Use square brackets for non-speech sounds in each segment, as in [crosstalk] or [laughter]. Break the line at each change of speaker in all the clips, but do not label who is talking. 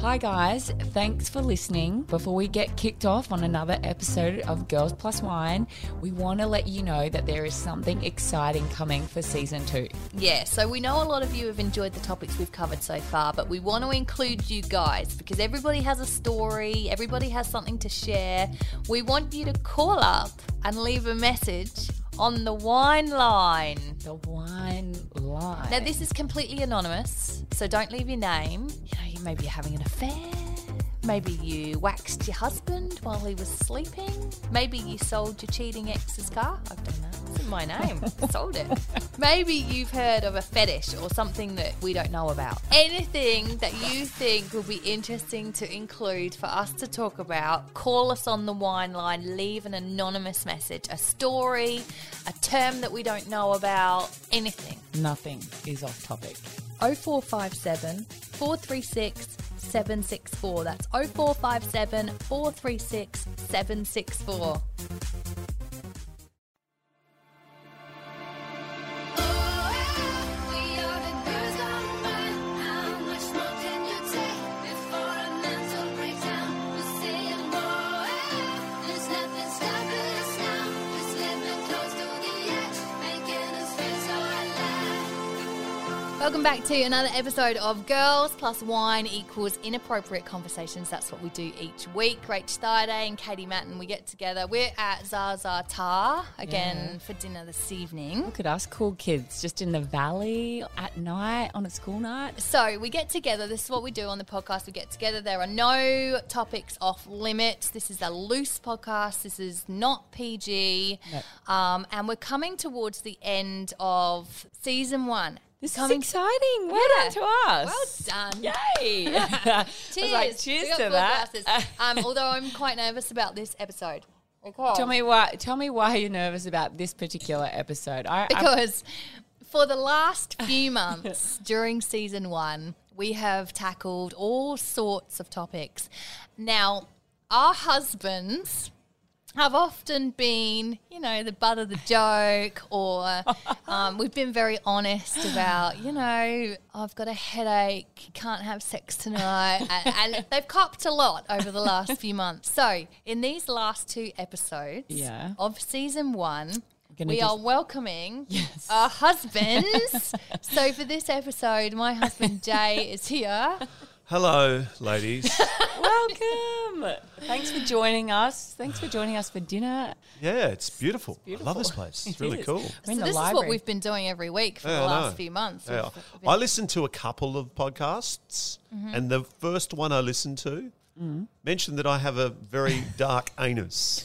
Hi, guys. Thanks for listening. Before we get kicked off on another episode of Girls Plus Wine, we want to let you know that there is something exciting coming for season two.
Yeah, so we know a lot of you have enjoyed the topics we've covered so far, but we want to include you guys because everybody has a story, everybody has something to share. We want you to call up and leave a message on the wine line.
The wine line.
Now, this is completely anonymous, so don't leave your name. You know, you maybe you're having an affair. Maybe you waxed your husband while he was sleeping. Maybe you sold your cheating ex's car. I've done that. It's in my name. sold it. Maybe you've heard of a fetish or something that we don't know about. Anything that you think will be interesting to include for us to talk about, call us on the wine line, leave an anonymous message, a story, a term that we don't know about, anything.
Nothing is off topic.
0457 436 764. That's 0457 436 764. Welcome back to another episode of Girls Plus Wine Equals Inappropriate Conversations. That's what we do each week. Rach Thaiday and Katie Matten, we get together. We're at Zaza Tar again for dinner this evening.
Look at us, cool kids, just in the valley at night on a school night.
So we get together. This is what we do on the podcast. We get together. There are no topics off limits. This is a loose podcast. This is not PG. Um, and we're coming towards the end of season one.
This
coming
is exciting. Well
Yeah.
done to us.
Well done. [laughs]
Yay. [laughs] I was
Cheers.
like,
We
cheers
got
to
full
that.
glasses. um, although I'm quite nervous about this episode.
[laughs]
Because,
Tell me why. Tell me why you're nervous about this particular episode. I, I,
[laughs] because for the last
[laughs]
few months during season one, we have tackled all sorts of topics. Now, our husbands have often been, you know, the butt of the joke,
[laughs]
or um, we've been very honest about, you know, I've got a headache, can't have sex tonight. And,
[laughs]
and they've copped a lot over the last few months. So, in these last two episodes
Yeah.
of season one,
gonna
we
just-
are welcoming our husbands. [laughs] so, for this episode,
[laughs]
my husband Jay is here.
Hello, ladies.
welcome. Thanks for joining us. Thanks for joining us for dinner.
yeah, it's beautiful. I
Beautiful.
love this place.
[laughs]
It's
It
really
is.
cool.
We're in
so
the
this
library.
is what we've been doing every week for
Yeah,
the
I
last
know.
few months.
Yeah.
We've- we've been-
I listened to a couple of podcasts,
Mm-hmm.
and the first one I listened to
Mm.
mentioned that I have
[laughs]
a very dark anus.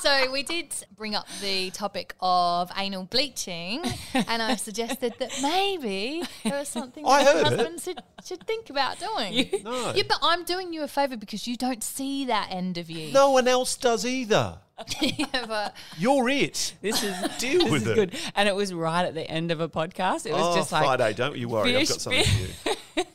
so we did bring up the topic of anal
[laughs]
bleaching, and I suggested that maybe there was something
I
that
heard it.
husbands should, should think about doing.
No.
Yeah, but I'm doing you a favour because you don't see that end of you. [laughs]
no one else does either.
Yeah, but
[laughs]
You're it.
This
[laughs]
is
Deal
this
with
is
it.
good. And it was right at the end of a podcast. It was
oh,
just like
Friday, don't you worry.
fish,
I've got something
fish.
for you.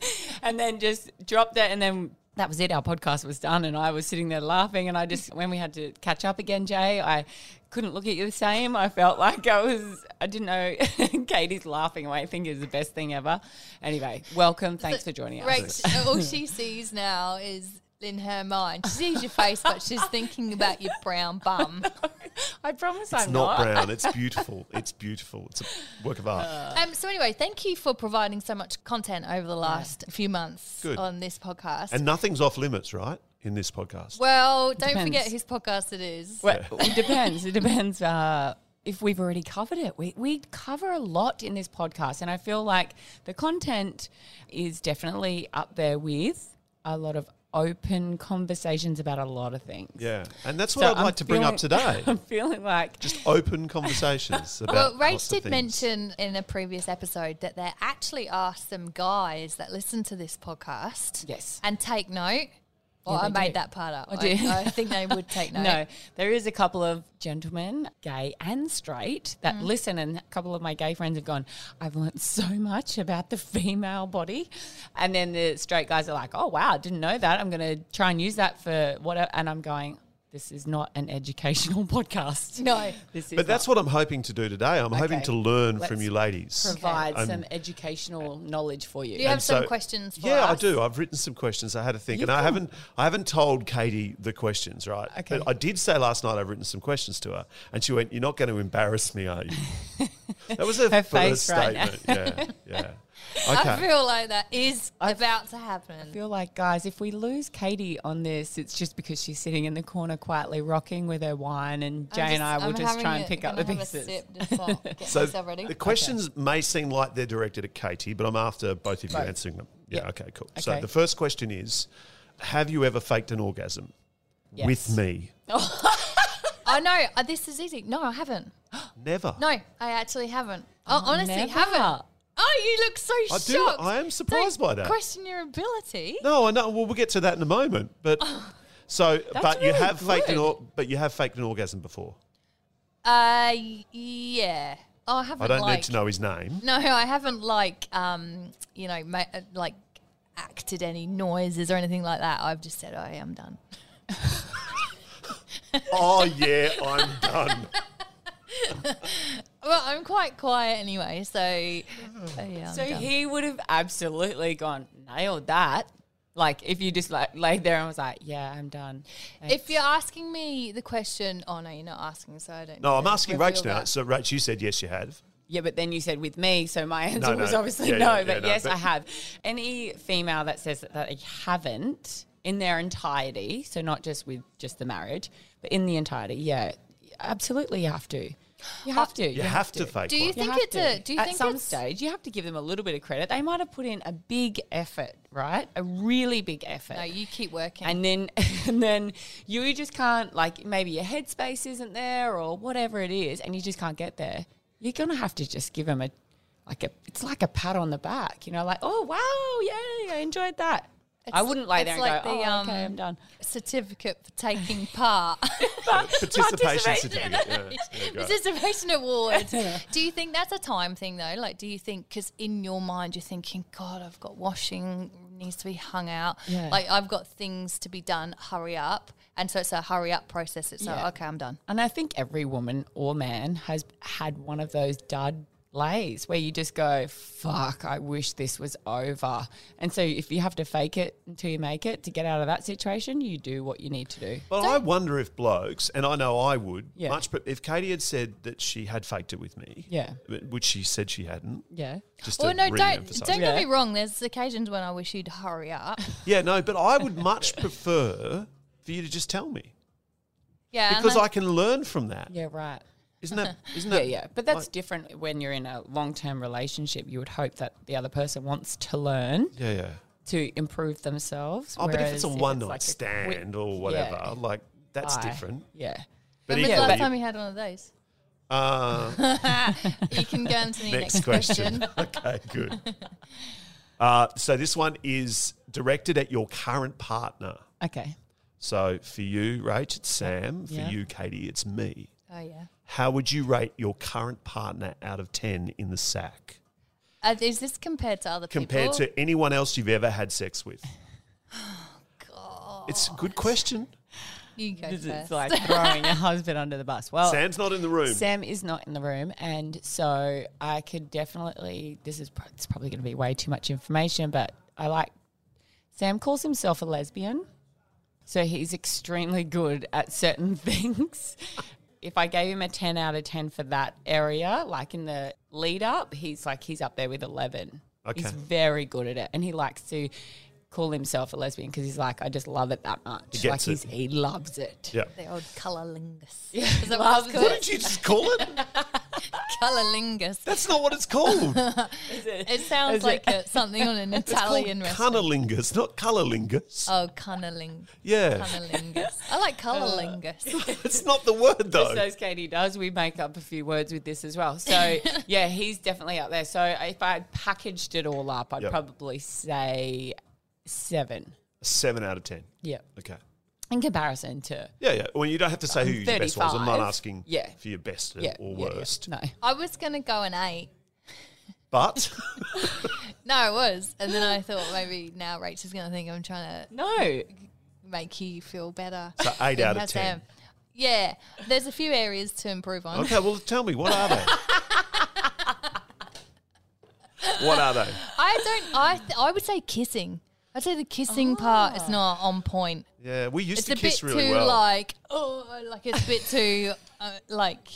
and then just dropped it and then that was it our podcast was done and i was sitting there laughing and i just when we had to catch up again jay i couldn't look at you the same i felt like i was i didn't know [laughs] katie's laughing away i think is the best thing ever anyway welcome thanks for joining us
Rach, all she sees now is in her mind. She sees your face, but she's thinking about your brown bum.
i promise
It's
i'm
not
[laughs] not,
brown. It's beautiful. It's beautiful. It's a work of art.
Uh,
Um, so anyway, thank you for providing so much content over the last few months
Good.
on this podcast.
and nothing's off limits, right? In this podcast.
well, don't
Depends.
forget whose podcast it is.
Well, it depends. It depends uh, if we've already covered it. We, we cover a lot in this podcast, and I feel like the content is definitely up there with a lot of open conversations about a lot of things.
yeah. And that's
So
what I'd
I'm
like to bring
feeling-
up today.
[laughs] I'm feeling like
Just open conversations
[laughs]
about.
Well,
lots
Rach did
of things.
mention in a previous episode that there actually are some guys that listen to this podcast.
Yes.
And take note. Well, I
they
made
do.
that part up. I,
do.
I think they would take
[laughs]
note.
No, there is a couple of gentlemen, gay and straight, that listen. And a couple of my gay friends have gone, I've learnt [laughs] so much about the female body. And then the straight guys are like, oh, wow, didn't know that. I'm going to try and use that for whatever. And I'm going, This is not an educational [laughs] podcast.
No.
This is
But that's what I'm hoping to do today. I'm hoping
Okay.
to learn
Let's
from you ladies.
provide
I'm-
some educational knowledge for you.
Do you have
And
some
so-
questions for
yeah,
us?
I do. I've written some questions. I had to think,
You've
and I
got-
haven't. I haven't told Katie the questions, right?
Okay.
But I did say last night I've written some questions to her, and she went, "You're not going to embarrass me, are you?"
[laughs]
That was her,
Her
first
face right now.
statement. yeah, yeah.
I
Okay.
feel like that is about to happen.
I feel like, guys, if we lose Katie on this, it's just because she's sitting in the corner quietly rocking with her wine, and Jay and I will just try and pick up the pieces. [laughs]
So the questions may seem like they're directed at Katie, but I'm after both of you
Both.
answering them. Yeah.
Yeah.
Okay. Cool. So
Okay.
the first question is: Have you ever faked an orgasm
Yes.
with me?
oh no, uh, this is easy. No, I haven't.
Never.
No, I actually haven't. I honestly
Oh, never.
haven't. Oh, you look so
I
shocked.
do- I am surprised
Don't
by that.
Question your ability.
No, I know. Well, we'll get to that in a moment. But so, but you
really
have faked an,
good.
or, but you have faked an orgasm before.
Uh, y- yeah. Oh, I haven't.
I don't
like,
need to know his name.
No, I haven't like um, you know, ma- uh, like acted any noises or anything like that. I've just said, "Oh, yeah, I'm done."
oh yeah, I'm done.
Well, I'm quite quiet anyway,
[laughs]
so oh, yeah. I'm
So
done.
he would have absolutely gone, nailed that. Like, if you just like laid there and was like, yeah, I'm done.
if you're asking me the question, oh no, you're not asking, so I don't.
No,
need
I'm
to
asking
reveal
Rach now.
that.
So Rach, you said yes, you have.
Yeah, but then you said with me, so my answer
no.
was obviously
Yeah,
no.
yeah, yeah,
but
no,
yes,
but-
I have. Any female that says that, that they haven't in their entirety, so not just with just the marriage, but in the entirety, yeah, absolutely you have to. You have to.
You, have, to, fake
Do you
one.
think
have
it's a?
to.
Do you
At
think
some
it's,
stage you have to give them a little bit of credit? They might have put in a big effort, right? A really big effort.
No, you keep working.
and then [laughs] and then you just can't like maybe your headspace isn't there or whatever it is and you just can't get there you're gonna have to just give them a like a it's like a pat on the back you know like oh wow yeah i enjoyed that i
It's-
wouldn't lay there
it's
and
like
go
the,
oh,
um,
okay i'm
[laughs]
done
certificate for taking
[laughs]
part.
Participation certificate. Yeah, there you go.
[laughs]
Participation award. Do you think that's a time thing though? Like, do you think because in your mind you're thinking, God, I've got washing needs to be hung out.
Yeah.
Like, I've got things to be done. Hurry up. And so it's a hurry up process. It's
Yeah.
like, okay, I'm done.
and i think every woman or man has had one of those dud lays where you just go fuck i wish this was over and so if you have to fake it until you make it to get out of that situation you do what you need to do
But I wonder if blokes, and I know I would
Yeah.
much, but if Katie had said that she had faked it with me,
Yeah.
but- which she said she hadn't,
yeah
just
Well,
to
no, don't
re-emphasise.
don't get me
Yeah.
wrong. There's occasions when I wish you'd hurry
[laughs]
up.
Yeah, no, but I would much [laughs] prefer for you to just tell me
Yeah, and
because
I-
I can learn from that.
yeah right [laughs]
Isn't that? Isn't
Yeah,
that?
yeah. But that's
like-
different when you're in a long term relationship. You would hope that the other person wants to learn
yeah, yeah.
to improve themselves.
Oh, but if
whereas
it's a one night
like a quick
stand or whatever,
yeah.
like that's
lie,
different.
Yeah.
When
But
was the
Yeah,
last
but-
time you had one of those?
[laughs]
uh,
You can go into the next,
next question. [laughs] okay, good. Uh, so this one is directed at your current partner.
Okay.
So for you, Rach, it's Sam. For
Yeah.
you, Katie, it's me.
Oh yeah.
How would you rate your current partner out of ten in the sack
Uh, is this compared to other
compared
people?
to anyone else you've ever had sex
[sighs]
with?
Oh,
God,
It's a good question.
you go
Because It's
first.
like throwing [laughs] your husband under the bus. Well,
Sam's not in the room.
Oh. Sam is not in the room, and so I could definitely. This is pro- it's probably going to be way too much information, but I like. Sam calls himself a lesbian, so he's extremely good at certain [laughs] things. if I gave him a ten out of ten for that area, like in the lead up, he's like he's up there with eleven. He's
Okay.
very good at it, and he likes to call himself a lesbian because he's like, I just love it that much.
He
like
gets
he's
it.
he loves it.
Yeah.
the old colourlingus. Yeah,
[laughs]
is that what
loves
it's
it.
called?
What did you just call it?
[laughs]
[laughs]
Colourlingus.
That's not what it's called.
It sounds
Is it-
like a, something
[laughs]
on an
It's called
Italian restaurant.
cunnilingus, not colourlingus.
Oh, cunniling,
yeah,
cunnilingus. I like
[laughs] Uh,
colourlingus.
it's not the word
Just
though.
as Katie does, we make up a few words with this as well.
[laughs]
So yeah, he's definitely up there. So if I packaged it all up, I'd
Yep.
probably say seven.
Seven out of ten.
Yeah,
Okay.
in comparison to
Yeah, yeah. Well, you don't have to say who your best was. I'm not
35.
asking
Um, Yeah.
for your best
yeah
or
yeah, yeah.
worst.
No,
I was gonna go an eight.
But
No, I was, and then I thought maybe now Rachel's gonna think I'm trying to
no,
make you feel
[laughs]
better.
So eight
than
out of
has
10.
them. Yeah, there's a few areas to improve
[laughs]
on.
Okay, well, tell me, what are they? what are they?
I don't. I th- I would say kissing. I'd say the kissing part
Ah.
is not on point.
Yeah, we used
It's
to
a
kiss
bit
really
too
well.
like oh, like it's a bit too uh, like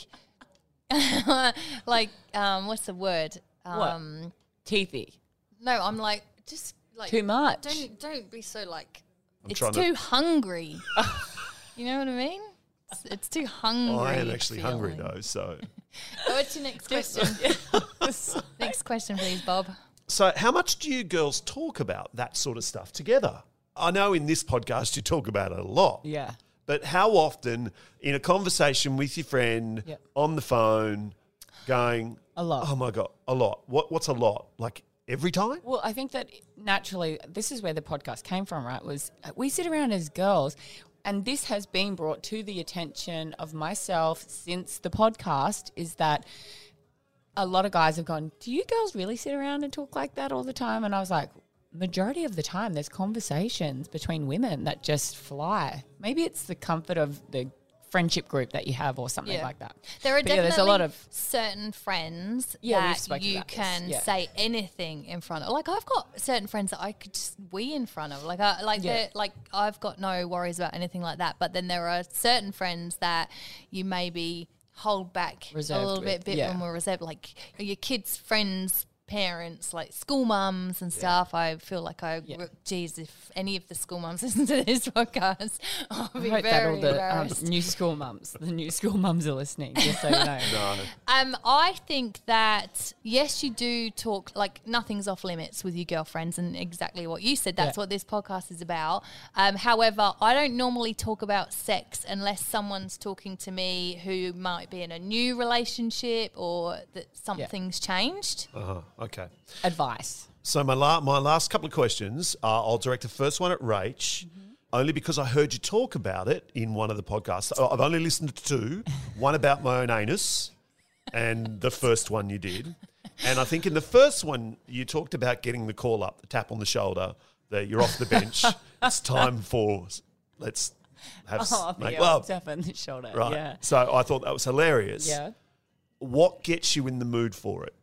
[laughs] like um, what's the word? Um,
Teethy.
No, I'm like just like
Too much.
Don't don't be so like
I'm
it's
trying
too
to-
hungry. [laughs] you know what I mean? It's, it's too hungry.
I am actually hungry
feeling.
though, so.
Oh, what's your next question?
[laughs]
next question, please, Bob.
So, how much do you girls talk about that sort of stuff together? I know in this podcast you talk about it a lot.
Yeah.
But how often in a conversation with your friend
Yep.
on the phone going
A lot.
Oh my god, a lot. What what's a lot? Like every time?
Well, I think that naturally, this is where the podcast came from, right? Was uh, we sit around as girls, and this has been brought to the attention of myself since the podcast is that a lot of guys have gone, Do you girls really sit around and talk like that all the time? And I was like, Majority of the time, there's conversations between women that just fly. Maybe it's the comfort of the friendship group that you have or something
Yeah.
like that.
There are
But
definitely
yeah, there's a lot of
certain friends
Yeah, we've
that
spoken
you
about this,
can
yeah.
say anything in front of. Like I've got certain friends that I could just wee in front of. Like I like
Yeah.
they're like I've got no worries about anything like that. But then there are certain friends that you maybe hold back
Reserved
a little
with,
bit, bit
yeah.
when we're reserved. Like your kids' friends. Parents like school mums and stuff. I feel like I, geez, if any of the school mums [laughs] listen to this podcast, I'll be
I hope
very
that all the um,
embarrassed.
new school mums, the new school mums are listening, just so you know.
Um, I think that yes, you do talk like nothing's off limits with your girlfriends, and exactly what you said. That's
Yeah.
what this podcast is about. Um, however, I don't normally talk about sex unless someone's talking to me who might be in a new relationship or that something's changed.
Uh-huh. Okay.
Advice.
So my la- my last couple of questions are I'll direct the first one at Rach.
Mm-hmm.
Only because I heard you talk about it in one of the podcasts. I- I've only listened to
[laughs]
two, one about my own anus and the first one you did. And I think in the first one, you talked about getting the call up, the tap on the shoulder, that you're off the
[laughs]
bench. it's time for, let's have s-
[laughs] Oh,
make
the old
love.
tap on the shoulder.
Right.
Yeah.
So I thought that was hilarious.
Yeah.
What gets you in the mood for it?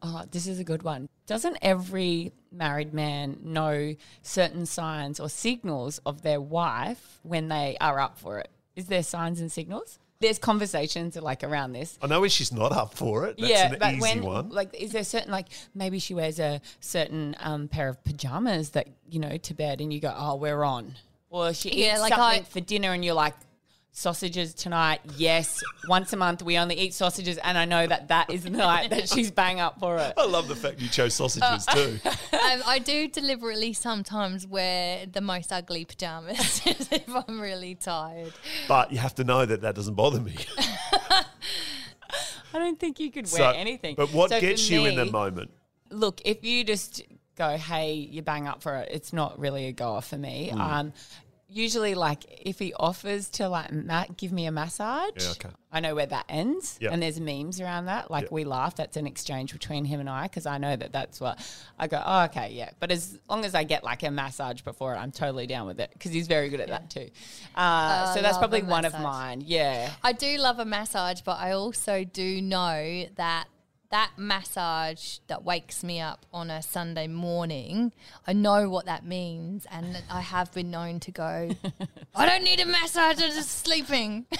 Oh, this is a good one. Doesn't every married man know certain signs or signals of their wife when they are up for it? Is there signs and signals? There's conversations like around this.
I know when she's not up for it. That's an easy one.
like, is there certain like maybe she wears a certain um, pair of pajamas that you know to bed, and you go, oh, we're on, or she
Yeah,
eats
like
something
I-
for dinner, and you're like. Sausages tonight, yes. Once a month, we only eat sausages, and I know that that is the night that she's bang up for it.
I love the fact you chose sausages
Oh.
too.
um, I do deliberately sometimes wear the most ugly pajamas [laughs] if I'm really tired.
But you have to know that that doesn't bother me.
I don't think you could wear
So-
anything.
But what
So for
gets you in the
me,
moment?
Look, if you just go, hey, you bang up for it, it's not really a goer for me.
Hmm.
Um, usually, like if he offers to like Matt, give me a massage.
Yeah, okay.
I know where that ends,
Yeah.
and there's memes around that. Like
Yeah.
we laugh. That's an exchange between him and I because I know that that's what I go. Oh, okay, yeah. But as long as I get like a massage before it, I'm totally down with it because he's very good at that too. Uh, so that's
Oh, love
probably
a
one of
massage.
mine. Yeah.
I do love a massage, but I also do know that that massage that wakes me up on a Sunday morning, I know what that means. And I have been known to go, I don't need a massage, I'm just sleeping. [laughs]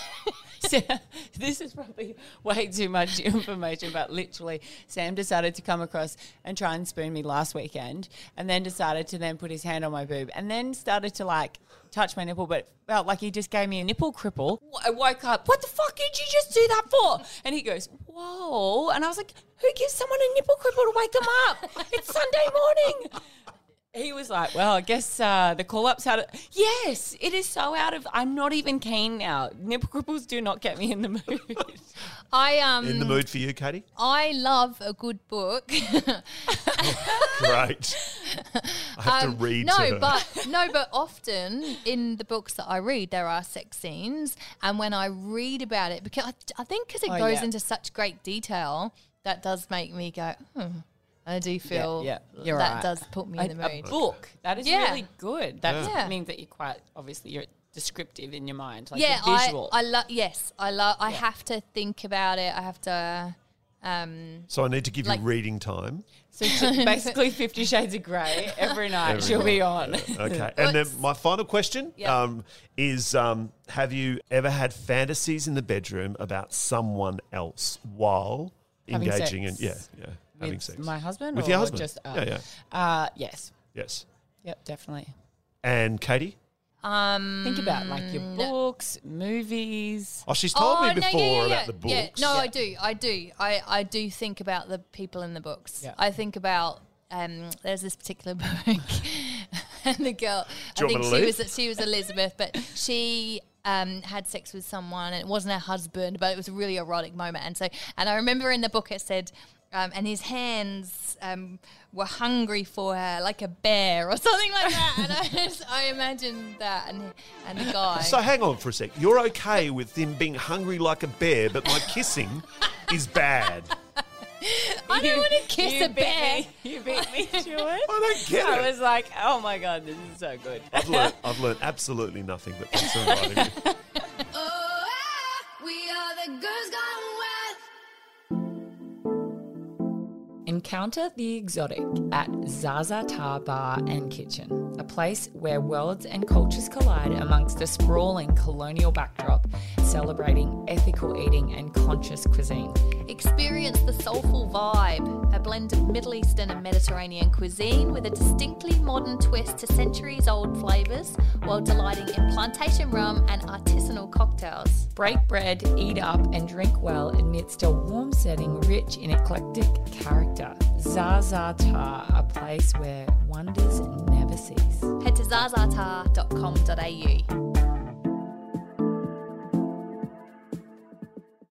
So, [laughs] this is probably way too much information, but literally, Sam decided to come across and try and spoon me last weekend, and then decided to then put his hand on my boob, and then started to like touch my nipple, but felt like he just gave me a nipple cripple. I woke up, what the fuck did you just do that for? And he goes, whoa, and I was like, who gives someone a nipple cripple to wake them up? It's Sunday morning. He was like, "Well, I guess uh, the call-ups had it. Yes, it is so out of. I'm not even keen now. Nipple cripples do not get me in the mood.
I um
mm.
In the mood for you, Katie?
I love a good book. [laughs]
Great. I have
Um,
to read
no,
to her.
but no, but often in the books that I read, there are sex scenes, and when I read about it, because I, I think because it
Oh,
goes
yeah.
into such great detail, that does make me go, hmm, I do feel
yeah, you're
that
right.
does put me
a, [laughs]
in the
a
mood.
book that is
Yeah.
really good. That
Yeah.
means that you're quite obviously you're descriptive in your mind, like
yeah,
you're visual.
I, I love. Yes, I love. I have to think about it. I have to. Um,
So I need to give
Like-
you reading time.
[laughs] so she- basically, [laughs] Fifty Shades of Grey every night
Every
she'll be on.
Okay. And then my final question
Yeah.
um, is um, Have you ever had fantasies in the bedroom about someone else while
Having
engaging in, yeah,
sex.
yeah, having
With
sex?
my husband
With
or
your husband.
just uh,
yeah, yeah.
[laughs] Uh, yes,
Yes.
yep, definitely.
And Katie?
um,
Think about like your books, movies.
Oh, she's told me before about the books.
Yeah, no, I do. I do. I, I do think about the people in the books.
Yeah.
I think about um, there's this particular [laughs] book and the girl
Do
I
you
think
want me to
she
leave?
was she was Elizabeth, but she um, had sex with someone and it wasn't her husband, but it was a really erotic moment. And so and I remember in the book it said um, and his hands um, were hungry for her, like a bear or [laughs] something like that. And I, just, I imagined that, and and the guy.
So hang on for a sec. You're okay with him being hungry like a bear, but my kissing is bad.
I don't want to kiss
You
a
beat
bear.
me- You beat me
[laughs]
to
[laughs] I
it.
don't get
I
it.
was like, oh my god, this is so good.
I've learned, I've learned absolutely nothing but thanks for inviting me.
We are the girls gone wild.
Encounter the exotic at Zaza Tar Bar and Kitchen, a place where worlds and cultures collide amongst a sprawling colonial backdrop celebrating ethical eating and conscious cuisine.
Experience the soulful vibe, a blend of Middle Eastern and Mediterranean cuisine with a distinctly modern twist to centuries old flavours while delighting in plantation rum and artisanal cocktails.
Break bread, eat up, and drink well amidst a warm setting rich in eclectic character. Zaza Tar, a place where wonders never cease.
Head to zazatar.com.au.